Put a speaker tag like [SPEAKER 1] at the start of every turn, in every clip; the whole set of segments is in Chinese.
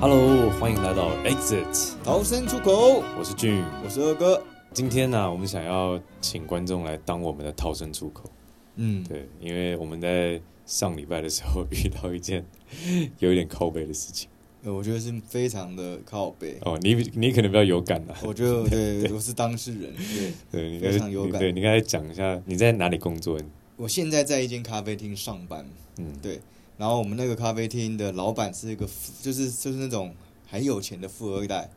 [SPEAKER 1] Hello，欢迎来到 Exit，
[SPEAKER 2] 逃生出口，
[SPEAKER 1] 我是俊。
[SPEAKER 2] 我是二哥。
[SPEAKER 1] 今天呢、我们想要请观众来当我们的逃生出口。
[SPEAKER 2] 嗯，
[SPEAKER 1] 对，因为我们在上礼拜的时候遇到一件有一点靠背的事情。
[SPEAKER 2] 呃我觉得是非常的靠北。
[SPEAKER 1] 哦，你你可能比较有感啊。
[SPEAKER 2] 我觉得对，我是当事人。对，
[SPEAKER 1] 对，你
[SPEAKER 2] 非常有感
[SPEAKER 1] 对，你刚才讲一下你在哪里工作？
[SPEAKER 2] 我现在在一间咖啡厅上班，
[SPEAKER 1] 嗯，
[SPEAKER 2] 对，然后我们那个咖啡厅的老板是一个富，就是就是那种很有钱的富二代，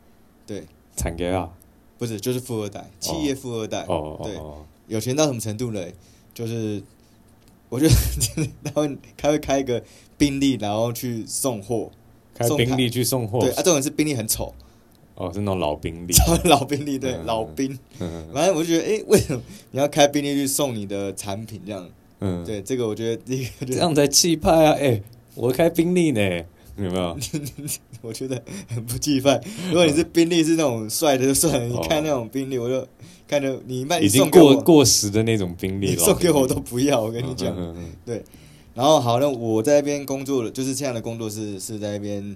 [SPEAKER 2] 对，
[SPEAKER 1] 产给啊。
[SPEAKER 2] 不是就是富二代，企业富二代，
[SPEAKER 1] 哦哦
[SPEAKER 2] 哎对
[SPEAKER 1] 哦，
[SPEAKER 2] 有钱到什么程度呢？就是我觉得他会他会开一个宾利，然后去送货，
[SPEAKER 1] 开
[SPEAKER 2] 送
[SPEAKER 1] 宾
[SPEAKER 2] 他
[SPEAKER 1] 利去送货
[SPEAKER 2] 对，。啊，这种人是宾利很丑，
[SPEAKER 1] 哦，是那种老宾 利。
[SPEAKER 2] 超老宾利，对，
[SPEAKER 1] 嗯
[SPEAKER 2] 老宾。
[SPEAKER 1] 嗯
[SPEAKER 2] 反正我就觉得，哎、为什么你要开便利去送你的产品这样？
[SPEAKER 1] 嗯，
[SPEAKER 2] 对，这个我觉得第一个就
[SPEAKER 1] 这
[SPEAKER 2] 是，
[SPEAKER 1] 样才气派啊！哎，我开宾利呢，有没 有？
[SPEAKER 2] 我觉得很不气 愤。如果你是宾利是那种帅的就算了，
[SPEAKER 1] 哦
[SPEAKER 2] 你看那种宾利我就看着你卖，
[SPEAKER 1] 已
[SPEAKER 2] 你送
[SPEAKER 1] 经
[SPEAKER 2] 给
[SPEAKER 1] 过
[SPEAKER 2] 我，
[SPEAKER 1] 过时的那种宾利
[SPEAKER 2] 你
[SPEAKER 1] 了。
[SPEAKER 2] 送给我都不要，我跟你
[SPEAKER 1] 嗯
[SPEAKER 2] 讲。
[SPEAKER 1] 嗯嗯嗯
[SPEAKER 2] 然后好，那我在那边工作的，就是这样的工作是是在那边，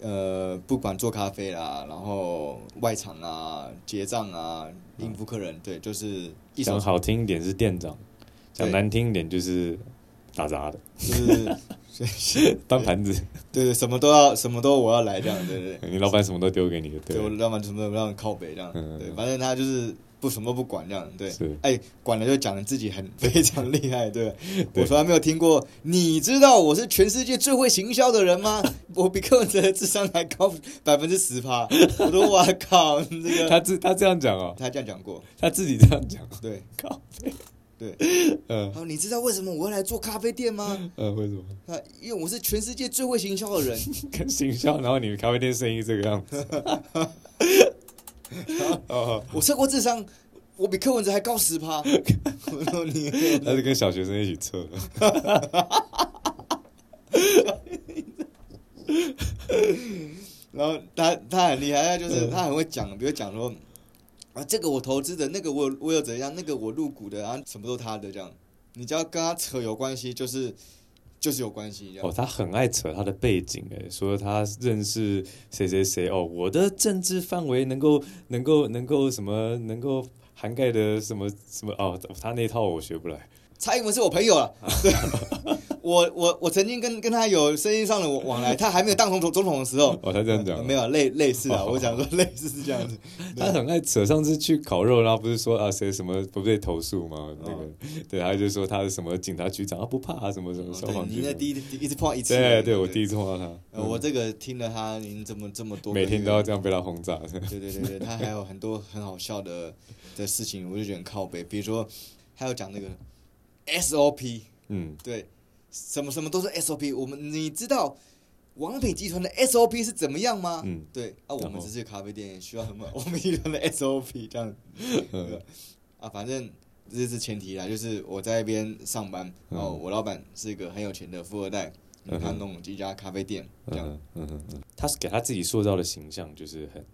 [SPEAKER 2] 呃，不管做咖啡啦，然后外场啊、结账啊、应付客人，对，就是一手
[SPEAKER 1] 讲好听一点是店长，
[SPEAKER 2] 对
[SPEAKER 1] 讲难听一点就是打杂的，
[SPEAKER 2] 就是。
[SPEAKER 1] 当盘子，
[SPEAKER 2] 对对，什么都要，什么都我要来这样，对 对对。
[SPEAKER 1] 你老板什么都丢给你的，
[SPEAKER 2] 对，我
[SPEAKER 1] 对，
[SPEAKER 2] 让他什么让靠北这样，
[SPEAKER 1] 嗯
[SPEAKER 2] 对，反正他就是不什么都不管这样，对，
[SPEAKER 1] 是
[SPEAKER 2] 哎，管了就讲自己很 非常厉害，对，
[SPEAKER 1] 对
[SPEAKER 2] 我从来没有听过，你知道我是全世界最会行销的人吗？ 我比柯文哲的智商还高百分之十趴，我都哇靠，这个
[SPEAKER 1] 他自他这样讲哦，
[SPEAKER 2] 他这样讲过，
[SPEAKER 1] 他自己这样 讲，
[SPEAKER 2] 对，
[SPEAKER 1] 靠，
[SPEAKER 2] 对，
[SPEAKER 1] 嗯
[SPEAKER 2] 他说你知道为什么我会来做咖啡店吗？
[SPEAKER 1] 呃，为什么
[SPEAKER 2] 他因为我是全世界最会行销的人，
[SPEAKER 1] 跟行销，然后你们咖啡店生意这个样 子？哦，
[SPEAKER 2] 我测过智商，我比柯文哲还高十趴，我说你
[SPEAKER 1] 他是跟小学生一起测的，
[SPEAKER 2] 然后他他很厉害，他就是他很会讲，比如讲说啊，这个我投资的，那个我我有怎样，那个我入股的，然后什么都他的这样。你只要跟他扯有关系，就是就是有关系这样。
[SPEAKER 1] 哦，他很爱扯他的背景，哎，说他认识谁谁谁，哦，我的政治范围能够能够能够什么能够涵盖的什么什么，哦，他那套我学不来。
[SPEAKER 2] 蔡英文是我朋友了，对，我我我曾经跟跟他有生意上的往来，他还没有当总统总统的时候，
[SPEAKER 1] 哦，他这样讲、
[SPEAKER 2] 呃没有类类似啊，
[SPEAKER 1] 哦
[SPEAKER 2] 我讲说类似是这样子，
[SPEAKER 1] 他很爱扯。上次去烤肉，然后不是说啊谁什么不被投诉吗？那个、对，他就说他是什么警察局长，啊他不怕、什么什么消
[SPEAKER 2] 哦对，
[SPEAKER 1] 防
[SPEAKER 2] 你
[SPEAKER 1] 局
[SPEAKER 2] 那
[SPEAKER 1] 长。
[SPEAKER 2] 第一第一次碰到一次而已，
[SPEAKER 1] 对对，我第一次碰到他，
[SPEAKER 2] 呃，我这个听了他您这么这么多个
[SPEAKER 1] 每
[SPEAKER 2] 月，
[SPEAKER 1] 天都要这样被他轰 炸。
[SPEAKER 2] 对对对对，他还有很多很好笑的的事情，我就觉得很靠背。比如说，还有讲那个 SOP，
[SPEAKER 1] 嗯，
[SPEAKER 2] 对，什么什么都是 SOP。我们你知道王品集团的 SOP 是怎么样吗？
[SPEAKER 1] 嗯
[SPEAKER 2] 对，啊，我
[SPEAKER 1] 然
[SPEAKER 2] 们
[SPEAKER 1] 后
[SPEAKER 2] 只是咖啡店，需要什么王品集团的 SOP 这样。对啊，反正这是前提啦，就是我在那边上班，
[SPEAKER 1] 嗯
[SPEAKER 2] 然后我老板是一个很有钱的富二代，
[SPEAKER 1] 嗯哼
[SPEAKER 2] 他弄几家咖啡店
[SPEAKER 1] 嗯
[SPEAKER 2] 这样。
[SPEAKER 1] 哼嗯哼嗯，他是给他自己塑造的形象就是很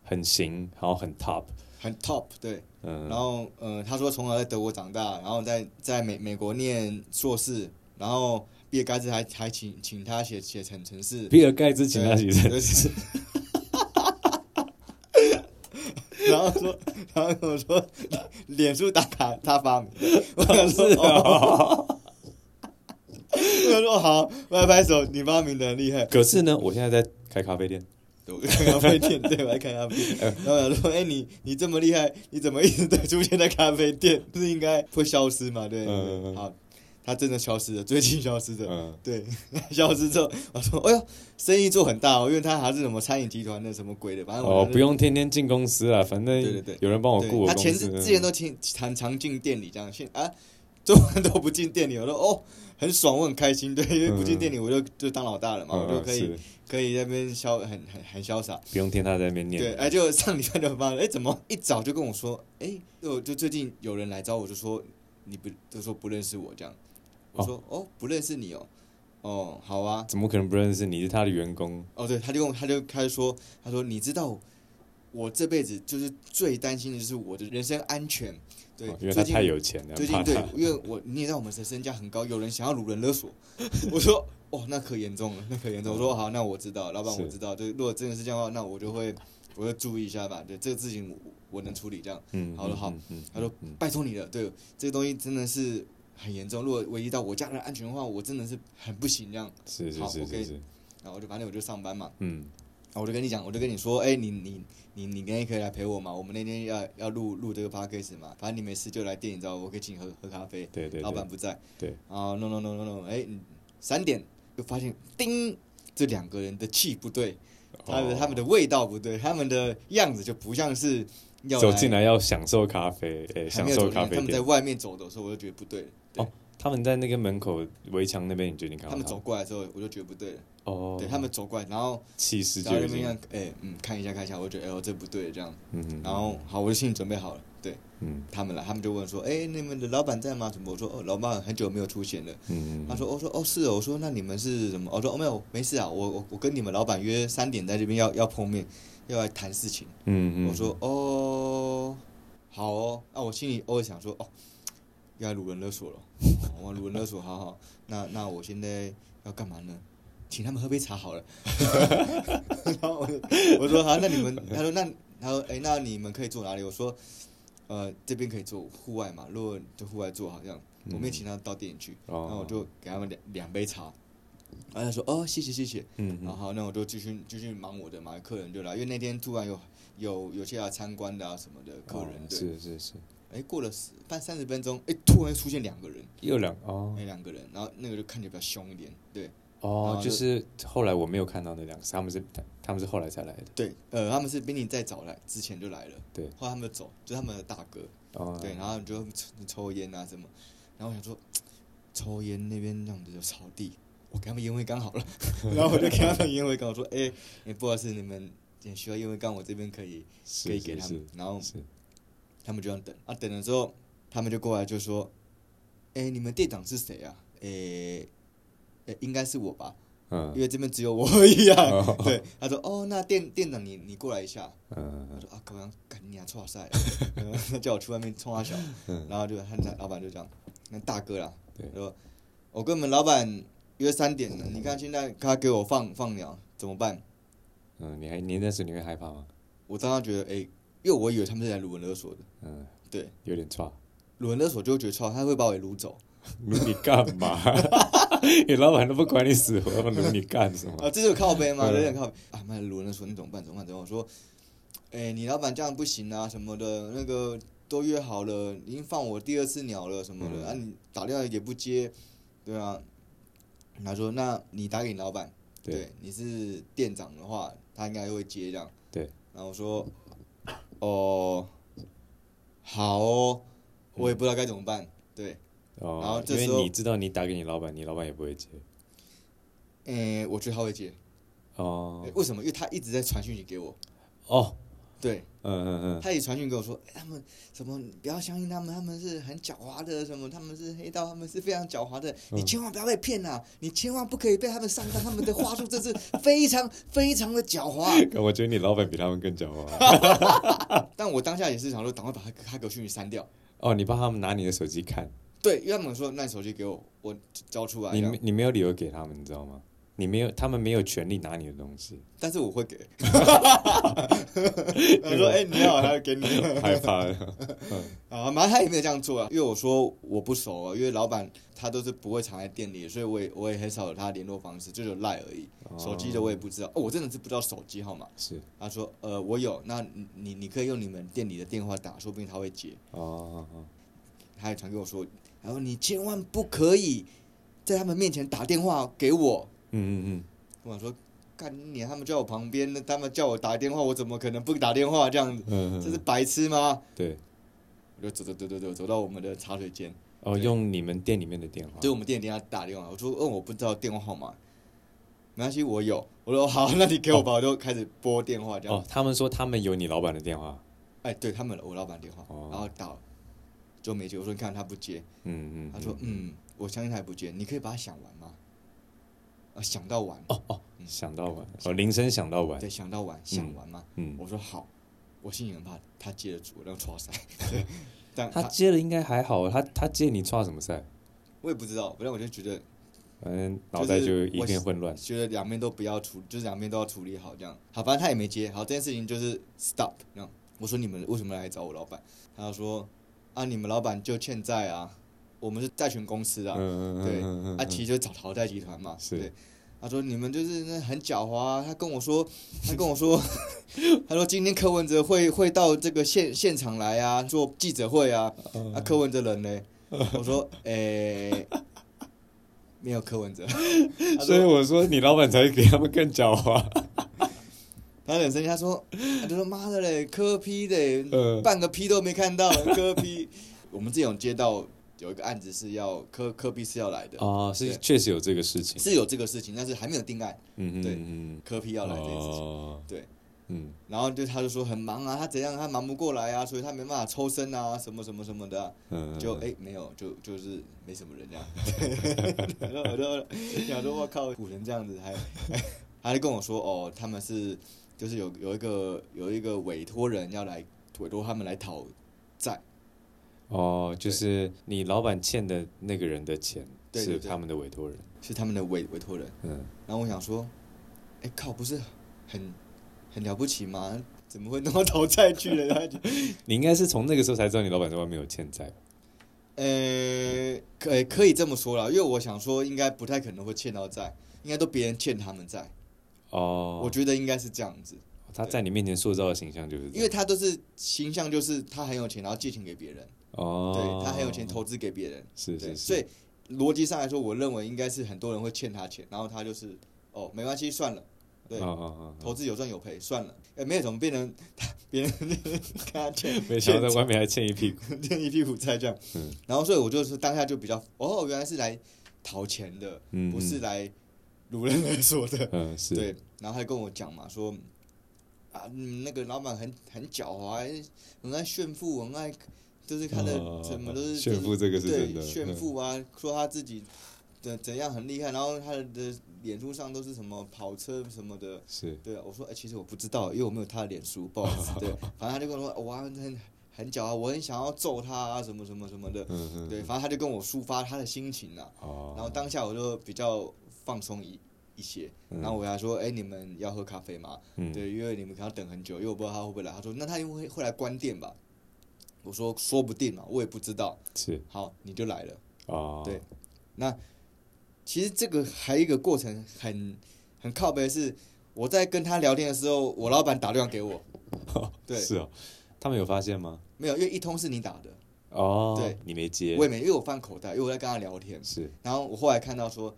[SPEAKER 1] 很行，然后很 top。
[SPEAKER 2] 很 top，对，
[SPEAKER 1] 嗯
[SPEAKER 2] 然后呃，他说从小在德国长大，然后在在美美国念硕士，然后毕业盖茨还还请请他写写成城市，
[SPEAKER 1] 比尔盖茨请他起身，
[SPEAKER 2] 对就是 然后说，然后跟我说，脸书打卡他发明的，我 想说，哦， 我想说好，拍拍手，你发明的很厉害，
[SPEAKER 1] 可是呢，我现在在开咖啡店。
[SPEAKER 2] 对我 看咖啡店，对，我来看咖啡店。然后我想说，哎、你你这么厉害，你怎么一直都出现在咖啡店？不是应该会消失嘛？对，
[SPEAKER 1] 嗯嗯嗯
[SPEAKER 2] 好，他真的消失了，最近消失的。
[SPEAKER 1] 嗯
[SPEAKER 2] 对， 消失之后，我说，哎呦，生意做很大哦，因为他还是什么餐饮集团的什么鬼的，反正我
[SPEAKER 1] 哦，
[SPEAKER 2] 就
[SPEAKER 1] 不用天天进公司啊，反正
[SPEAKER 2] 对对对
[SPEAKER 1] 有人帮我
[SPEAKER 2] 对
[SPEAKER 1] 雇我
[SPEAKER 2] 他
[SPEAKER 1] 公司。
[SPEAKER 2] 前之之前都挺常常进店里这样，现啊，中午都不进店里，我说哦，很爽，我很开心，对，因为不进店里我就就当老大了嘛，
[SPEAKER 1] 嗯
[SPEAKER 2] 我就可以
[SPEAKER 1] 是
[SPEAKER 2] 可以在那边潇很很很潇洒。
[SPEAKER 1] 不用听他在那边念。
[SPEAKER 2] 对，哎，就上礼拜就发现，哎，怎么一早就跟我说，哎，我就最近有人来找我，就说你不，就说不认识我这样。我说哦不认识你哦，哦，好啊，
[SPEAKER 1] 怎么可能不认识你？是他的员工，
[SPEAKER 2] 哦，对，他就跟我他就开始说，他说你知道我这辈子就是最担心的就是我的人身安全，对，
[SPEAKER 1] 哦因为他
[SPEAKER 2] 最近
[SPEAKER 1] 太有钱了，
[SPEAKER 2] 最近
[SPEAKER 1] 怕
[SPEAKER 2] 对
[SPEAKER 1] 他。，
[SPEAKER 2] 因为我你也知道我们的身价很高，有人想要掳人勒索，我说哦，那可严重了，那可严重了。我说好，那我知道，老板
[SPEAKER 1] 是
[SPEAKER 2] 我知道。对，如果真的是这样的话，那我就会我会注意一下吧。对，这个事情我我能处理这样。
[SPEAKER 1] 嗯，
[SPEAKER 2] 好了好
[SPEAKER 1] 嗯，嗯
[SPEAKER 2] 他说
[SPEAKER 1] 嗯
[SPEAKER 2] 拜托你了，对，这个东西真的是很严重。如果危及到我家人的安全的话，我真的是很不行这样。
[SPEAKER 1] 是是
[SPEAKER 2] 好
[SPEAKER 1] 是是
[SPEAKER 2] OK
[SPEAKER 1] 是，
[SPEAKER 2] 然后我就反正我就上班嘛，
[SPEAKER 1] 嗯
[SPEAKER 2] 然后我就跟你讲，我就跟你说，哎、你你你你那天可以来陪我嘛，我们那天要要录录这个 podcast 嘛，反正你没事就来店里找我，我可以请你喝喝咖啡。
[SPEAKER 1] 对对
[SPEAKER 2] 老板
[SPEAKER 1] 对
[SPEAKER 2] 不在。
[SPEAKER 1] 对。
[SPEAKER 2] 啊，no no no no no，哎、三点就发现，叮，这两个人的气不对，他们、
[SPEAKER 1] 哦
[SPEAKER 2] 他们的味道不对，他们的样子就不像是要
[SPEAKER 1] 走进来要享受咖啡，诶，
[SPEAKER 2] 还
[SPEAKER 1] 享
[SPEAKER 2] 没有
[SPEAKER 1] 受
[SPEAKER 2] 走进
[SPEAKER 1] 咖
[SPEAKER 2] 来，
[SPEAKER 1] 啡
[SPEAKER 2] 他们在
[SPEAKER 1] 店。
[SPEAKER 2] 外面走的时候，我就觉得不对了。对
[SPEAKER 1] 哦他们在那个门口围墙那边，你决定看到
[SPEAKER 2] 他们
[SPEAKER 1] 吗
[SPEAKER 2] 走过来的时候，我就觉得不对了。
[SPEAKER 1] 哦，
[SPEAKER 2] 对他们走过来，然后
[SPEAKER 1] 气势
[SPEAKER 2] 然后
[SPEAKER 1] 就
[SPEAKER 2] 那
[SPEAKER 1] 已
[SPEAKER 2] 边
[SPEAKER 1] 经
[SPEAKER 2] 让，哎，嗯，看一下看一下，我就觉得哎呦这不对这样。
[SPEAKER 1] 嗯嗯，
[SPEAKER 2] 然后好，我就心里准备好了。对
[SPEAKER 1] 嗯
[SPEAKER 2] 他们来，他们就问说，哎，你们的老板在吗？什么？我说，哦，老板很久没有出现了。
[SPEAKER 1] 嗯，嗯
[SPEAKER 2] 他说：“我、说哦是哦，我说那你们是什么？我说哦没有，没事啊，我我我跟你们老板约三点在这边要要碰面，要来谈事情。
[SPEAKER 1] 嗯嗯，
[SPEAKER 2] 我说哦好哦，那、我心里偶尔想说哦，要来鲁人勒索了，哦我鲁人勒索，好好，那那我现在要干嘛呢？请他们喝杯茶好了。 然后我就我说好，那你们他说那他说哎、那你们可以坐哪里？我说呃这边可以坐户外嘛，如果就户外坐好像，我们也请他到店里去。
[SPEAKER 1] 哦，
[SPEAKER 2] 然后我就给他们两两杯茶，然后他说哦谢谢谢谢，
[SPEAKER 1] 嗯
[SPEAKER 2] 然
[SPEAKER 1] 嗯
[SPEAKER 2] 后那我就继续继续忙我的嘛，客人就来，因为那天突然有有有些要参观的啊什么的客人，
[SPEAKER 1] 哦
[SPEAKER 2] 对，
[SPEAKER 1] 是是是，
[SPEAKER 2] 哎过了十半三十分钟，哎突然出现两个人，
[SPEAKER 1] 又两哦
[SPEAKER 2] 那两个人，然后那个就看起来比较凶一点，对然
[SPEAKER 1] 哦，
[SPEAKER 2] 后
[SPEAKER 1] 就
[SPEAKER 2] 就是
[SPEAKER 1] 后来我没有看到那两个，他们是他们是后来才来的，
[SPEAKER 2] 对，呃他们是比你再早来之前就来了，
[SPEAKER 1] 对
[SPEAKER 2] 后来他们就走，就是他们的大哥，
[SPEAKER 1] 哦，
[SPEAKER 2] 对，然后就抽抽烟啊什么，然后我想说，抽烟那边这样子有草地，我给他们烟灰缸好了， 然后我就给他们烟灰缸，我说，哎、哎不好意思，你们也需要烟灰缸，我这边可以可
[SPEAKER 1] 是
[SPEAKER 2] 以给
[SPEAKER 1] 是
[SPEAKER 2] 他们
[SPEAKER 1] 是，
[SPEAKER 2] 然后
[SPEAKER 1] 是，
[SPEAKER 2] 他们就这样等，啊等了之后，他们就过来就说，哎、你们店长是谁啊？哎、哎应该是我吧，因
[SPEAKER 1] 嗯
[SPEAKER 2] 为这边只有我而已啊。
[SPEAKER 1] 哦
[SPEAKER 2] 对，他说：“哦，那店店长你你过来一下。”他
[SPEAKER 1] 嗯
[SPEAKER 2] 说啊，刚刚干你娘臭晒，他叫我去外面冲他小，然后就他老板就这样，那大哥啦，
[SPEAKER 1] 嗯对
[SPEAKER 2] 他说我跟我们老板约三点了，你看现在他给我放放鸟怎么办？
[SPEAKER 1] 嗯，你还你那时你会害怕吗？
[SPEAKER 2] 我当时觉得哎、因为我以为他们是来卢文勒索的，
[SPEAKER 1] 嗯，
[SPEAKER 2] 对，
[SPEAKER 1] 有点 差。
[SPEAKER 2] 卢文勒索就会觉得操，他会把我给掳走
[SPEAKER 1] 撸你干 嘛？你老板都不管你死活，要撸你干什么？
[SPEAKER 2] 啊，这就是靠背嘛，
[SPEAKER 1] 嗯
[SPEAKER 2] 有点靠背啊，妈的卢文勒索那怎么办？怎么办？怎么办？我说，哎、你老板这样不行啊，什么的，那个都约好了，已经放我第二次鸟了什么的，
[SPEAKER 1] 嗯
[SPEAKER 2] 啊，你打电话也不接，对啊。他说：“那你打给你老板， 对
[SPEAKER 1] 对，
[SPEAKER 2] 你是店长的话，他应该会接这样。”
[SPEAKER 1] 对。
[SPEAKER 2] 然后我说：“哦，好哦，我也不知道该怎么办。对，然
[SPEAKER 1] 哦
[SPEAKER 2] 后，这
[SPEAKER 1] 因为
[SPEAKER 2] 时候
[SPEAKER 1] 你知道你打给你老板，你老板也不会接。
[SPEAKER 2] 诶、我觉得他会接、
[SPEAKER 1] 哦
[SPEAKER 2] 为什么？因为他一直在传讯息给我。
[SPEAKER 1] 哦，
[SPEAKER 2] 对，
[SPEAKER 1] 嗯嗯
[SPEAKER 2] 他也传讯给我说，哎他们什么你不要相信他们，他们是很狡猾的，什么他们是黑道，他们是非常狡猾的，
[SPEAKER 1] 嗯
[SPEAKER 2] 你千万不要被骗呐、你千万不可以被他们上当，他们的话术真是非常非常的狡 猾。
[SPEAKER 1] 嗯，我觉得你老板比他们更啊狡猾。
[SPEAKER 2] 但我当下也是想说，赶快把他他给我讯息删掉。
[SPEAKER 1] 哦，你帮他们拿你的手机看，
[SPEAKER 2] 对，因为他们说那你手机给我，我交出来
[SPEAKER 1] 你
[SPEAKER 2] 这样。
[SPEAKER 1] 没你没有理由给他们，你知道吗？你没有，他们没有权利拿你的东西，
[SPEAKER 2] 但是我会给。他说：“哎、你好，他给你。
[SPEAKER 1] 害怕了。
[SPEAKER 2] 啊，马上他也没有这样做啊，因为我说我不熟啊，因为老板他都是不会藏在店里，所以我也我也很少有他的联络方式，就有赖而已。
[SPEAKER 1] 哦
[SPEAKER 2] 手机的我也不知道，哦，我真的是不知道手机号码。
[SPEAKER 1] 是
[SPEAKER 2] 他说，呃，我有，那你你你可以用你们店里的电话打，说不定他会接。
[SPEAKER 1] 哦，哦
[SPEAKER 2] 他还传给我说，然后你千万不可以在他们面前打电话给我。
[SPEAKER 1] 嗯嗯
[SPEAKER 2] 我想说，干你，他们叫我旁边，那他们叫我打电话，我怎么可能不打电话这样子？
[SPEAKER 1] 嗯嗯
[SPEAKER 2] 这
[SPEAKER 1] 嗯，
[SPEAKER 2] 是白痴吗？
[SPEAKER 1] 对。
[SPEAKER 2] 我就走走走走走走到我们的茶水间。
[SPEAKER 1] 哦，
[SPEAKER 2] 对
[SPEAKER 1] 用你们店里面的电话。
[SPEAKER 2] 对我们店里他打电话，我说，嗯，我不知道电话号码，没关系，我有。我说好，那你给我吧，我就开始拨电话这样。
[SPEAKER 1] 哦，他们说他们有你老板的电话。
[SPEAKER 2] 哎，对他们了我老板电话，
[SPEAKER 1] 哦
[SPEAKER 2] 然后打就没接。我说你看他不接，
[SPEAKER 1] 嗯嗯。
[SPEAKER 2] 他说嗯，我相信他也不接，你可以把它想完吗？啊，想到完，
[SPEAKER 1] 哦哦，想到晚，哦，铃声想到晚。
[SPEAKER 2] 对，想到完，想完吗？
[SPEAKER 1] 嗯，
[SPEAKER 2] 我说好，我心里很怕他接得住，我让他戳塞。 但
[SPEAKER 1] 他
[SPEAKER 2] 他
[SPEAKER 1] 接了应该还好，他他接你抓什么赛？
[SPEAKER 2] 我也不知道，反正我就觉得
[SPEAKER 1] 反正脑袋就一片混乱。
[SPEAKER 2] 觉得两边都不要处，就是两边都要处理好这样。好，反正他也没接。好，这件事情就是 stop 这样。我说你们为什么来找我老板？他就说啊，你们老板就欠债啊，我们是债权公司啊，
[SPEAKER 1] 嗯嗯
[SPEAKER 2] 对，
[SPEAKER 1] 嗯嗯
[SPEAKER 2] 啊，其实就是找淘汰集团嘛，
[SPEAKER 1] 是
[SPEAKER 2] 对。他说你们就是那很狡猾、啊，他跟我说，他跟我说， 他说今天柯文哲会会到这个现现场来啊，做记者会啊，
[SPEAKER 1] 嗯
[SPEAKER 2] 啊柯文哲人呢？我说诶、没有柯文哲，他
[SPEAKER 1] 所以
[SPEAKER 2] 说
[SPEAKER 1] 我说你老板才比他们更狡猾。
[SPEAKER 2] 他很生气，他说 他就说妈的嘞，柯批的嘞，
[SPEAKER 1] 呃，
[SPEAKER 2] 半个屁都没看到，柯批。 我们之前有接到有一个案子是要柯柯批是要来的，
[SPEAKER 1] 哦，是
[SPEAKER 2] 对
[SPEAKER 1] 确实有这个事情。
[SPEAKER 2] 是有这个事情，但是还没有定案，
[SPEAKER 1] 嗯嗯
[SPEAKER 2] 对
[SPEAKER 1] 嗯，
[SPEAKER 2] 柯批要来这件事情。
[SPEAKER 1] 哦
[SPEAKER 2] 对，
[SPEAKER 1] 嗯
[SPEAKER 2] 然后就他就说很忙啊，他怎样他忙不过来啊，所以他没办法抽身啊，什么什么什么的啊、
[SPEAKER 1] 嗯，
[SPEAKER 2] 就
[SPEAKER 1] 嗯
[SPEAKER 2] 哎、没有，就就是没什么人这样。 然后我就想说，我靠，古人这样子还，他就跟我说哦，他们是就是有有一个有一个委托人要来委托他们来讨债，
[SPEAKER 1] 哦，就是你老板欠的那个人的钱
[SPEAKER 2] 对对
[SPEAKER 1] 是
[SPEAKER 2] 对
[SPEAKER 1] 他们的委托人。
[SPEAKER 2] 是他们的委委托人。
[SPEAKER 1] 嗯，
[SPEAKER 2] 然后我想说，哎、靠，不是很很了不起吗？怎么会弄到讨债去了？ 然后就
[SPEAKER 1] 你应该是从那个时候才知道你老板在外面有欠债吧。
[SPEAKER 2] 呃，可以可以这么说啦，因为我想说，应该不太可能会欠到债，应该都别人欠他们债。我
[SPEAKER 1] 哦，
[SPEAKER 2] 觉得应该是这样子，
[SPEAKER 1] 他在你面前塑造的形象就是这
[SPEAKER 2] 因为
[SPEAKER 1] 样。
[SPEAKER 2] 他都是形象，就是他很有钱，然后借钱给别人，
[SPEAKER 1] 哦，
[SPEAKER 2] 对他很有钱，投资给别人，
[SPEAKER 1] 是
[SPEAKER 2] 对，
[SPEAKER 1] 是
[SPEAKER 2] 所
[SPEAKER 1] 是，
[SPEAKER 2] 以逻辑上来说，我认为应该是很多人会欠他钱，然后他就是哦，没关系，算了，对
[SPEAKER 1] 哦哦哦，
[SPEAKER 2] 投资有赚有赔，算了，哎，没有怎么变成 别人跟 他欠
[SPEAKER 1] 没想到在外面还欠一屁股。
[SPEAKER 2] 欠一屁股债这样，
[SPEAKER 1] 嗯
[SPEAKER 2] 然后所以我就是当下就比较哦，原来是来讨钱的，
[SPEAKER 1] 嗯，
[SPEAKER 2] 不是来如人而说的。
[SPEAKER 1] 嗯，嗯，是，
[SPEAKER 2] 对，然后他跟我讲嘛，说啊，嗯那个老板很很狡猾，哎很爱炫富，很爱，就是他的
[SPEAKER 1] 哦
[SPEAKER 2] 什么都是
[SPEAKER 1] 炫富，这个是真
[SPEAKER 2] 对
[SPEAKER 1] 的。
[SPEAKER 2] 炫富啊，说他自己的怎样很厉害，然后他的脸书上都是什么跑车什么的
[SPEAKER 1] 嗯。是，
[SPEAKER 2] 对啊，我说哎、其实我不知道，因为我没有他的脸书，不好意思。 对，反正他就跟我说，哇，很很狡猾，我很想要揍他啊，什么什么什么的。
[SPEAKER 1] 嗯嗯，
[SPEAKER 2] 对，反正他就跟我抒发他的心情啊。
[SPEAKER 1] 哦，
[SPEAKER 2] 然后当下我就比较放松一一些，
[SPEAKER 1] 嗯
[SPEAKER 2] 然后我跟他说：“哎、你们要喝咖啡吗？”
[SPEAKER 1] 嗯，
[SPEAKER 2] 对，因为你们可能要等很久，因为我不知道他会不会来。他说：“那他一定会会来关店吧？”我说：“说不定嘛，啊我也不知道。
[SPEAKER 1] 是”
[SPEAKER 2] 好，你就来了。
[SPEAKER 1] 哦，
[SPEAKER 2] 对其实这个还有一个过程很很靠背的是，我在跟他聊天的时候，我老板打电话 给我，对
[SPEAKER 1] 是哦，他们有发现吗？
[SPEAKER 2] 没有，因为一通是你打的，
[SPEAKER 1] 哦，
[SPEAKER 2] 对，
[SPEAKER 1] 你没接
[SPEAKER 2] 我，也没，因为我放口袋，因为我在跟他聊天。
[SPEAKER 1] 是，
[SPEAKER 2] 然后我后来看到说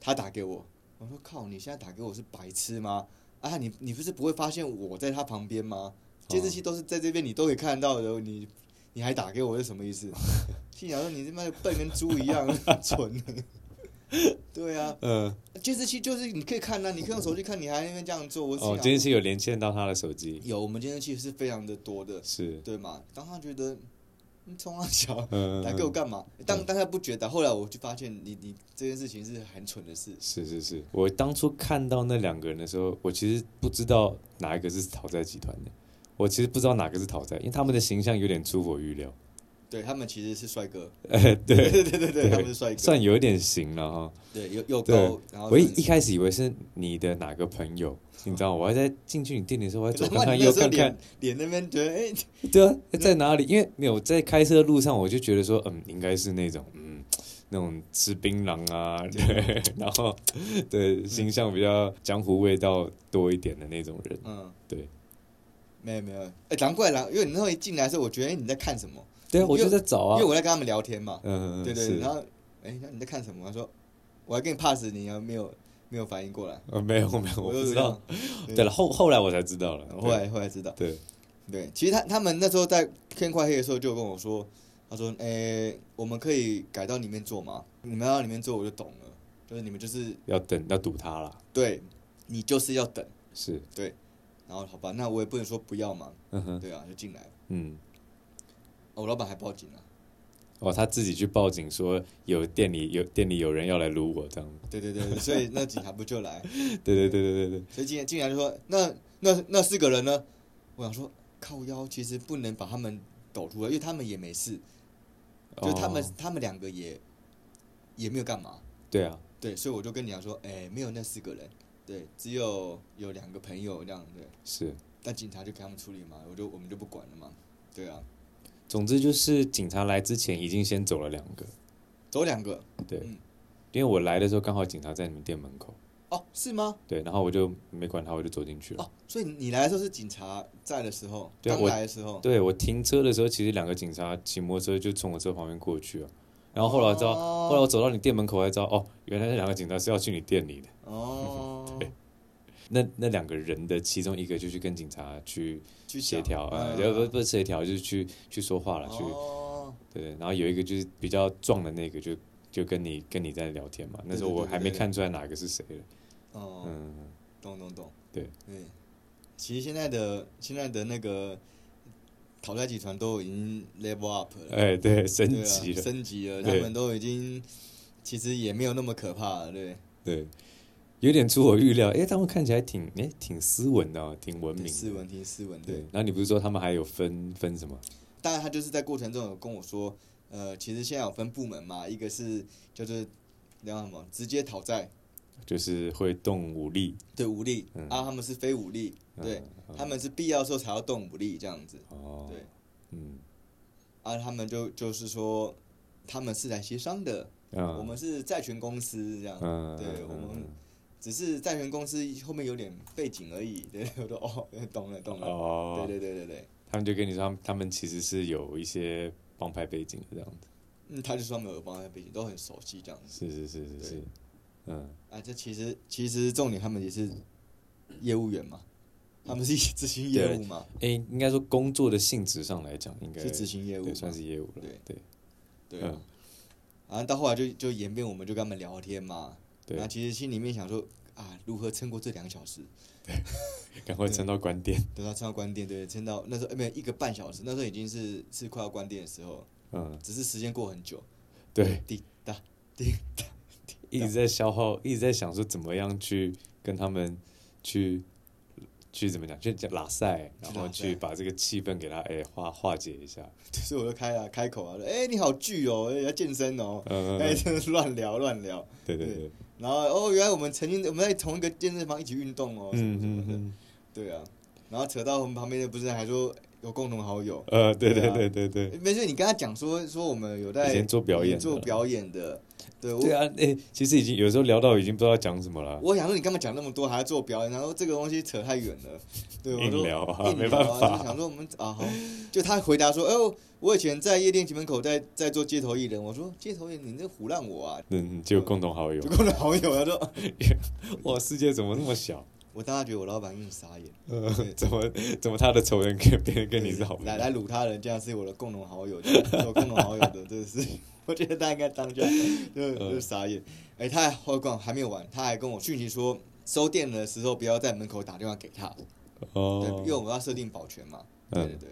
[SPEAKER 2] 他打给我，我说靠，你现在打给我是白痴吗？啊，你你不是不会发现我在他旁边吗？监视器都是在这边，你都可以看到的，你你还打给我是什么意思？ 心想说你他妈笨跟猪一样 蠢的。 对啊，
[SPEAKER 1] 嗯，
[SPEAKER 2] 监视器就是你可以看呐、你可以用手机看，你还在那边这样做，我心
[SPEAKER 1] 哦，
[SPEAKER 2] 想、
[SPEAKER 1] 监视器有连线到他的手机，
[SPEAKER 2] 有我们监视器是非常的多的，
[SPEAKER 1] 是，
[SPEAKER 2] 对嘛？当他觉得你冲啊小，
[SPEAKER 1] 嗯，
[SPEAKER 2] 来给我干嘛？当当下不觉得，后来我就发现你你这件事情是很蠢的事。
[SPEAKER 1] 是是是，我当初看到那两个人的时候，我其实不知道哪一个是讨债集团的，我其实不知道哪个是讨债，因为他们的形象有点出我预 料，
[SPEAKER 2] 对他们其实是帅哥，
[SPEAKER 1] 哎，
[SPEAKER 2] 对
[SPEAKER 1] 对，
[SPEAKER 2] 对对对，他们是帅哥，
[SPEAKER 1] 算有点型了哈。
[SPEAKER 2] 对又又
[SPEAKER 1] 对
[SPEAKER 2] 高，然后
[SPEAKER 1] 我一
[SPEAKER 2] 很
[SPEAKER 1] 一开始以为是你的哪个朋友，你知道，我还在进去你店里的时候，我还
[SPEAKER 2] 可
[SPEAKER 1] 左
[SPEAKER 2] 能
[SPEAKER 1] 看看
[SPEAKER 2] 你
[SPEAKER 1] 右
[SPEAKER 2] 那时候
[SPEAKER 1] 看看
[SPEAKER 2] 脸，脸那边觉得哎，
[SPEAKER 1] 对啊，在哪里？因为没有在开车的路上，我就觉得说，嗯，应该是那种，嗯，那种吃槟榔啊，对， 然后对形象比较江湖味道多一点的那种人，
[SPEAKER 2] 嗯，
[SPEAKER 1] 对，
[SPEAKER 2] 没有没有，哎，难怪啦，因为你那时候一进来的时候，我觉得哎你在看什么？
[SPEAKER 1] 对啊，
[SPEAKER 2] 因为
[SPEAKER 1] 我就在找
[SPEAKER 2] 因
[SPEAKER 1] 啊
[SPEAKER 2] 为，我在跟他们聊天嘛，
[SPEAKER 1] 嗯，
[SPEAKER 2] 对
[SPEAKER 1] 是
[SPEAKER 2] 对，然后哎，那你在看什么？他说我还给你 pass，你还没有没有反应过来，
[SPEAKER 1] 呃，没有没有，我不
[SPEAKER 2] 就
[SPEAKER 1] 知
[SPEAKER 2] 这
[SPEAKER 1] 道嗯
[SPEAKER 2] 样，，对
[SPEAKER 1] 对了，后后来我才知道了，
[SPEAKER 2] 后来后来知道。
[SPEAKER 1] 对，
[SPEAKER 2] 对，其实他他们那时候在天快黑的时候就跟我说，他说：“诶、我们可以改到里面做吗？你们要里面做，我就懂了，就是你们就是
[SPEAKER 1] 要等要堵他啦，
[SPEAKER 2] 对你就是要等，
[SPEAKER 1] 是，
[SPEAKER 2] 然后好吧，那我也不能说不要嘛，
[SPEAKER 1] 嗯哼，
[SPEAKER 2] 对啊，就进来。
[SPEAKER 1] 嗯，
[SPEAKER 2] 哦我老板还报警了、
[SPEAKER 1] 哦，他自己去报警说有店里有店里有人要来撸我这样，
[SPEAKER 2] 对对对，对所以那警察不就来？
[SPEAKER 1] 对对对对对对，
[SPEAKER 2] 所以进来进来就说，那那那四个人呢？我想说靠腰，其实不能把他们抖出来，因为他们也没事，就他们、
[SPEAKER 1] 哦
[SPEAKER 2] 他们两个也也没有干嘛，
[SPEAKER 1] 对啊，
[SPEAKER 2] 对，所以我就跟你讲说，哎，没有那四个人，对，只有有两个朋友这样，对。
[SPEAKER 1] 是。
[SPEAKER 2] 但警察就给他们处理嘛，我就我们就不管了嘛，对啊，
[SPEAKER 1] 总之就是警察来之前已经先走了两个，
[SPEAKER 2] 走两个
[SPEAKER 1] 对，
[SPEAKER 2] 嗯
[SPEAKER 1] 因为我来的时候刚好警察在你们店门口，
[SPEAKER 2] 哦，是吗？
[SPEAKER 1] 对，然后我就没管他，我就走进去了。
[SPEAKER 2] 哦，所以你来的时候是警察在的时候，
[SPEAKER 1] 啊对啊
[SPEAKER 2] 刚
[SPEAKER 1] 我
[SPEAKER 2] 来的时候，
[SPEAKER 1] 对我停车的时候，其实两个警察骑摩托车就从我车旁边过去了，然后后来知道，
[SPEAKER 2] 哦
[SPEAKER 1] 后来我走到你店门口才知道，哦，原来那两个警察是要去你店里的。
[SPEAKER 2] 哦，
[SPEAKER 1] 那那两个人的其中一个就去跟警察去
[SPEAKER 2] 去
[SPEAKER 1] 协
[SPEAKER 2] 讲
[SPEAKER 1] 调，呃，
[SPEAKER 2] 嗯
[SPEAKER 1] 不不是协调，就是去去说话了，去
[SPEAKER 2] 哦，
[SPEAKER 1] 对，然后有一个就是比较壮的那个就就跟你跟你在聊天嘛，那时候
[SPEAKER 2] 对对
[SPEAKER 1] 我
[SPEAKER 2] 对
[SPEAKER 1] 还没
[SPEAKER 2] 对
[SPEAKER 1] 看出来哪个是谁了，
[SPEAKER 2] 哦，
[SPEAKER 1] 嗯，
[SPEAKER 2] 懂懂懂，
[SPEAKER 1] 对
[SPEAKER 2] 对，其实现在的现在的那个讨债集团都已经 level up 了，
[SPEAKER 1] 哎，对，
[SPEAKER 2] 对
[SPEAKER 1] 升
[SPEAKER 2] 啊
[SPEAKER 1] 级了，
[SPEAKER 2] 升级了，他
[SPEAKER 1] 对
[SPEAKER 2] 们都已经其实也没有那么可怕了，对，
[SPEAKER 1] 对，有点出我预料，哎，他们看起来挺哎挺斯文的哦，挺文明
[SPEAKER 2] 挺
[SPEAKER 1] 的，
[SPEAKER 2] 斯文，挺斯文，
[SPEAKER 1] 对
[SPEAKER 2] 对。，
[SPEAKER 1] 然后你不是说他们还有分分什么？
[SPEAKER 2] 当然，他就是在过程中有跟我说，呃，其实现在有分部门嘛，一个是就是叫什么直接讨债，
[SPEAKER 1] 就是会动武力，
[SPEAKER 2] 对武力、
[SPEAKER 1] 嗯
[SPEAKER 2] 啊，他们是非武力，
[SPEAKER 1] 嗯
[SPEAKER 2] 对，
[SPEAKER 1] 嗯
[SPEAKER 2] 他们是必要的时候才要动武力这样子，
[SPEAKER 1] 哦，
[SPEAKER 2] 对，
[SPEAKER 1] 嗯
[SPEAKER 2] 啊，他们就就是说他们是来协商的，
[SPEAKER 1] 嗯，
[SPEAKER 2] 我们是债权公司这样，
[SPEAKER 1] 嗯，
[SPEAKER 2] 对
[SPEAKER 1] 嗯
[SPEAKER 2] 我们
[SPEAKER 1] 嗯
[SPEAKER 2] 只是债权公司后面有点背景而已，对，我说哦，懂了懂了，
[SPEAKER 1] 哦，
[SPEAKER 2] 对对对对对，
[SPEAKER 1] 他们就跟你说他们，他们其实是有一些帮派背景的这样子。
[SPEAKER 2] 嗯，他就说没有帮他背景都很熟悉这样子。
[SPEAKER 1] 是是是是是
[SPEAKER 2] 对，
[SPEAKER 1] 嗯，
[SPEAKER 2] 啊，这其实其实重点他们也是业务员嘛，他们是执行业务嘛，
[SPEAKER 1] 诶，应该说工作的性质上来讲，应该
[SPEAKER 2] 是执行业务嘛
[SPEAKER 1] 对，，算是嗯业务了。
[SPEAKER 2] 对
[SPEAKER 1] 对
[SPEAKER 2] 对啊。然后到后来就就演变，我们就跟他们聊天嘛，
[SPEAKER 1] 对
[SPEAKER 2] 那其实心里面想说啊，如何撑过这两个小时，
[SPEAKER 1] 赶快撑到观点。
[SPEAKER 2] 等到撑到关店，对，撑到那时候哎没有一个半小时，那时候已经是是快要关店的时候，
[SPEAKER 1] 嗯，
[SPEAKER 2] 只是时间过很久，
[SPEAKER 1] 对，
[SPEAKER 2] 滴答，
[SPEAKER 1] 一
[SPEAKER 2] 啊
[SPEAKER 1] 直在消耗，一直在想说怎么样去跟他们去去怎么讲，去讲拉塞，然后
[SPEAKER 2] 拉塞
[SPEAKER 1] 去把这个气氛给他诶化化解一下。
[SPEAKER 2] 所以我就开了开口啊，说哎、你好巨哦，哎要健身哦，
[SPEAKER 1] 嗯，嗯
[SPEAKER 2] 哎、
[SPEAKER 1] 嗯
[SPEAKER 2] 真的是乱聊乱聊，
[SPEAKER 1] 对对
[SPEAKER 2] 哎对
[SPEAKER 1] 对，
[SPEAKER 2] 然后哦，原来我们曾经我们在同一个健身房一起运动哦，什
[SPEAKER 1] 嗯
[SPEAKER 2] 么什么
[SPEAKER 1] 嗯
[SPEAKER 2] 的，
[SPEAKER 1] 嗯，
[SPEAKER 2] 对啊。然后扯到我们旁边的，不是还说有共同好友？
[SPEAKER 1] 呃，对
[SPEAKER 2] 对
[SPEAKER 1] 对
[SPEAKER 2] 啊
[SPEAKER 1] 对对对。
[SPEAKER 2] 没事，你跟他讲说说我们有在
[SPEAKER 1] 以前做表演的
[SPEAKER 2] 以前做表演的，对我
[SPEAKER 1] 对啊，诶，其实已经有时候聊到已经不知道讲什么了，
[SPEAKER 2] 我想说你干嘛讲那么多，还要做表演？然后这个东西扯太远了，对，我
[SPEAKER 1] 硬
[SPEAKER 2] 说
[SPEAKER 1] 聊
[SPEAKER 2] 硬
[SPEAKER 1] 啊，没
[SPEAKER 2] 聊
[SPEAKER 1] 办
[SPEAKER 2] 啊就
[SPEAKER 1] 法。
[SPEAKER 2] 想说我们啊好，就他回答说，哦，我以前在夜店前门口在在做街头艺人，我说街头艺人你这胡乱我啊，
[SPEAKER 1] 嗯，就有共同好友
[SPEAKER 2] 就。共同好友，他说
[SPEAKER 1] 哇，世界怎么那么小？
[SPEAKER 2] 我当时觉得我老板用傻眼。
[SPEAKER 1] 呃
[SPEAKER 2] 对，
[SPEAKER 1] 怎么怎么他的仇人跟别人跟你是好朋
[SPEAKER 2] 来
[SPEAKER 1] 友？
[SPEAKER 2] 来辱他人，这样是我的共同好友，这样是我共同好友的，这是 我觉得他应该当下
[SPEAKER 1] 嗯
[SPEAKER 2] 就就傻眼。哎、他还后来还没有完，他还跟我讯息说，收店的时候不要在门口打电话给他，对，因为我
[SPEAKER 1] 哦，
[SPEAKER 2] 们要设定保全嘛。对对
[SPEAKER 1] 嗯，
[SPEAKER 2] 对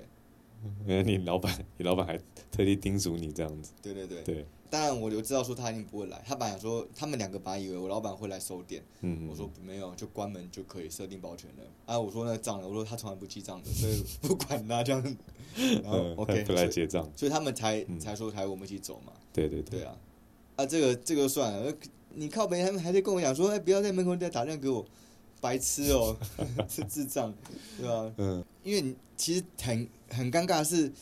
[SPEAKER 1] 呃你老板，你老板还特地叮嘱你这样子，
[SPEAKER 2] 对对对。
[SPEAKER 1] 对，
[SPEAKER 2] 当然我就知道说他一定不会来，他本来想说他们两个本来以为我老板会来收店，
[SPEAKER 1] 嗯，
[SPEAKER 2] 我说没有，就关门就可以设定保全了。啊，我说那账了，我说他从来不记账的，所以不管他 这样。然后
[SPEAKER 1] 嗯，他
[SPEAKER 2] 哦 OK，
[SPEAKER 1] 不来结账，
[SPEAKER 2] 所以他们才
[SPEAKER 1] 嗯
[SPEAKER 2] 才说才我们一起走嘛。
[SPEAKER 1] 对对
[SPEAKER 2] 对，啊，啊，这个这个算了，你靠北他们还在跟我讲说，哎，不要在门口再打电话给我，白痴哦，是智障，对吧、
[SPEAKER 1] 嗯
[SPEAKER 2] 因为你其实很很尴尬的是，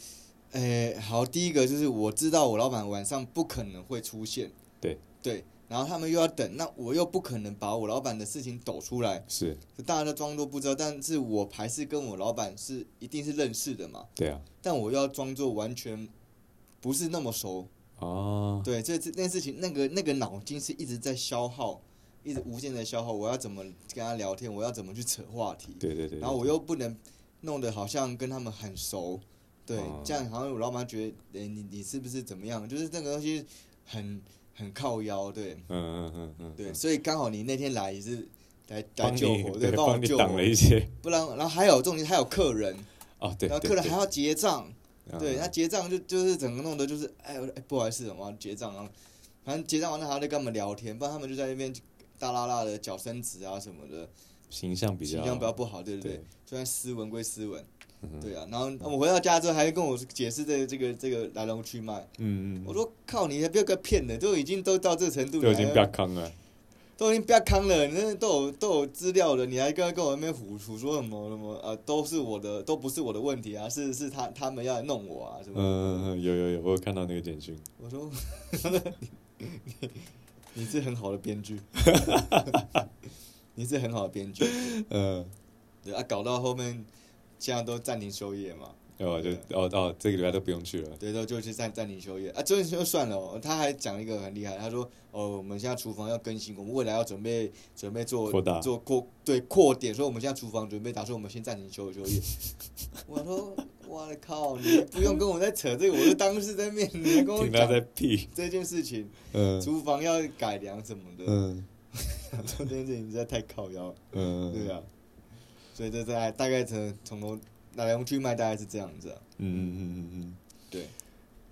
[SPEAKER 2] 哎，好，第一个就是我知道我老板晚上不可能会出现，
[SPEAKER 1] 对
[SPEAKER 2] 对，然后他们又要等，那我又不可能把我老板的事情抖出来，
[SPEAKER 1] 是，
[SPEAKER 2] 大家都装作不知道，但是我还是跟我老板是一定是认识的嘛，
[SPEAKER 1] 对啊，
[SPEAKER 2] 但我又要装作完全不是那么熟，
[SPEAKER 1] 哦，
[SPEAKER 2] 对，这这件事情，那个那个脑筋是一直在消耗，一直无限的消耗。我要怎么跟他聊天？我要怎么去扯话题？
[SPEAKER 1] 对对对，
[SPEAKER 2] 然后我又不能弄得好像跟他们很熟，对，
[SPEAKER 1] 哦
[SPEAKER 2] 这样好像我老板觉得，诶，你你是不是怎么样？就是那个东西很很靠腰，对
[SPEAKER 1] 嗯嗯嗯嗯，
[SPEAKER 2] 对，
[SPEAKER 1] 嗯，
[SPEAKER 2] 所以刚好你那天来也是来来
[SPEAKER 1] 帮
[SPEAKER 2] 救
[SPEAKER 1] 你
[SPEAKER 2] 火，
[SPEAKER 1] 对，
[SPEAKER 2] 帮我
[SPEAKER 1] 帮你
[SPEAKER 2] 救
[SPEAKER 1] 挡
[SPEAKER 2] 火
[SPEAKER 1] 了，一些，
[SPEAKER 2] 不然然后还有重点还有客人，
[SPEAKER 1] 哦对，
[SPEAKER 2] 然后
[SPEAKER 1] 对
[SPEAKER 2] 客人
[SPEAKER 1] 对
[SPEAKER 2] 还要结账。
[SPEAKER 1] 嗯
[SPEAKER 2] 对，他结账就就是整个弄的，就是哎我哎不好意思，我要结账啊。反正结账完了还要再跟他们聊天，不然他们就在那边大啦啦的脚伸直啊什么的，
[SPEAKER 1] 形象比较
[SPEAKER 2] 形象比较不好，对不对？
[SPEAKER 1] 对，
[SPEAKER 2] 虽然斯文归斯文，
[SPEAKER 1] 嗯
[SPEAKER 2] 对啊。然后我回到家之后还跟我解释这个这个这个来龙去脉，
[SPEAKER 1] 嗯嗯，
[SPEAKER 2] 我说靠你，还不要个骗的，都已经都到这程度，
[SPEAKER 1] 都已
[SPEAKER 2] 你
[SPEAKER 1] 经
[SPEAKER 2] 还
[SPEAKER 1] 不要康了，
[SPEAKER 2] 都已经不要康了，你那都有都有资料了，你还跟跟我那边胡胡说什么什么啊？都是我的，都不是我的问题啊，是是他他们要来弄我啊什
[SPEAKER 1] 嗯
[SPEAKER 2] 么？
[SPEAKER 1] 嗯，嗯有有有，我有看到那个简讯。
[SPEAKER 2] 我说 你你你是很好的编剧， 你是很好的编剧，
[SPEAKER 1] 嗯，
[SPEAKER 2] 对啊，搞到后面现在都暂停休业嘛，
[SPEAKER 1] 哦，就
[SPEAKER 2] 对
[SPEAKER 1] 哦哦，这个礼拜都不用去了。
[SPEAKER 2] 对，都就去暂暂停休业啊，这就算了、哦。他还讲了一个很厉害，他说哦，我们现在厨房要更新，我们未来要准备准备做
[SPEAKER 1] 扩大
[SPEAKER 2] 做扩对扩点，所以我们现在厨房准备打算我们先暂停休休业。 我说我靠，你不用跟我在扯这个，我就当是在面，你还跟我
[SPEAKER 1] 听他在
[SPEAKER 2] 讲
[SPEAKER 1] 屁。
[SPEAKER 2] 这件事情，
[SPEAKER 1] 嗯
[SPEAKER 2] 厨房要改良什么的，
[SPEAKER 1] 嗯
[SPEAKER 2] 这件事情实在太靠腰了，
[SPEAKER 1] 嗯，
[SPEAKER 2] 对啊，所以这大概大概从从头来龙去脉大概是这样子、啊，
[SPEAKER 1] 嗯嗯嗯嗯嗯。
[SPEAKER 2] 对，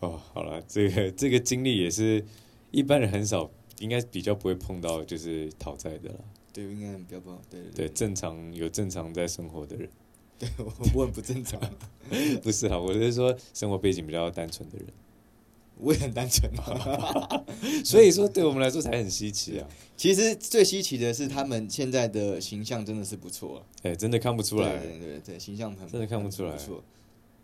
[SPEAKER 1] 哦，好了，这个这个经历也是一般人很少，应该比较不会碰到，就是讨债的了。
[SPEAKER 2] 对，应该比较不好，对对
[SPEAKER 1] 对，正常有正常在生活的人，
[SPEAKER 2] 对， 我我很不正常，
[SPEAKER 1] 不是啊，我是说生活背景比较单纯的人，
[SPEAKER 2] 我也很单纯。啊
[SPEAKER 1] 所以说对我们来说才很稀奇啊。
[SPEAKER 2] 其实最稀奇的是，他们现在的形象真的是不错、啊，
[SPEAKER 1] 哎、真的看不出来，
[SPEAKER 2] 对对对对，形象很
[SPEAKER 1] 真的看不出来
[SPEAKER 2] 很不错，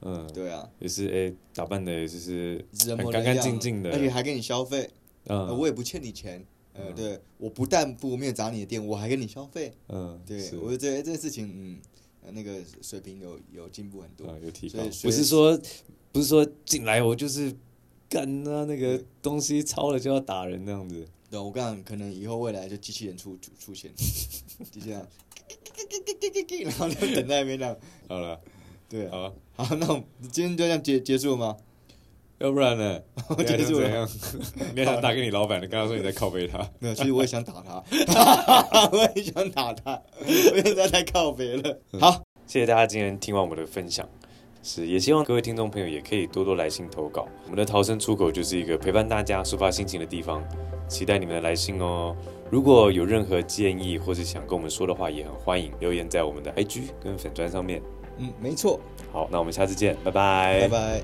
[SPEAKER 1] 嗯，
[SPEAKER 2] 对啊，
[SPEAKER 1] 也是哎、打扮的也就是很
[SPEAKER 2] 人模人
[SPEAKER 1] 干干
[SPEAKER 2] 样啊
[SPEAKER 1] 净净的
[SPEAKER 2] 而且还给你消费，呃
[SPEAKER 1] 嗯
[SPEAKER 2] 我也不欠你钱。呃，
[SPEAKER 1] 嗯
[SPEAKER 2] 对，我不但不没有砸你的店，我还给你消费。
[SPEAKER 1] 嗯，
[SPEAKER 2] 对，
[SPEAKER 1] 是
[SPEAKER 2] 我就觉得这件事情，嗯，呃那个水平有有进步很多。
[SPEAKER 1] 啊有提高
[SPEAKER 2] 所以，
[SPEAKER 1] 不
[SPEAKER 2] 所以
[SPEAKER 1] 是说不是说进来我就是干啊那个东西抄了就要打人那样子，
[SPEAKER 2] 对，我跟你讲，可能以后未来就机器人出出出现，就这样，然后就等在那边这样。
[SPEAKER 1] 好了，
[SPEAKER 2] 对啊，
[SPEAKER 1] 好啊，
[SPEAKER 2] 好，那我们今天就这样结结束吗？
[SPEAKER 1] 要不然 呢？你 还
[SPEAKER 2] 结
[SPEAKER 1] 想
[SPEAKER 2] 束
[SPEAKER 1] 怎
[SPEAKER 2] 了。
[SPEAKER 1] 样？ 你还想打给你老板的，跟他说你在拷贝他，
[SPEAKER 2] 没有，其实我也想打他，我也想打他，我现在太靠北了。好，
[SPEAKER 1] 谢谢大家今天听完我们的分享，是也希望各位听众朋友也可以多多来信投稿。我们的逃生出口就是一个陪伴大家抒发心情的地方，期待你们的来信哦。如果有任何建议或是想跟我们说的话，也很欢迎留言在我们的 IG 跟粉砖上面。
[SPEAKER 2] 嗯，没错，
[SPEAKER 1] 好，那我们下次见，拜
[SPEAKER 2] 拜拜。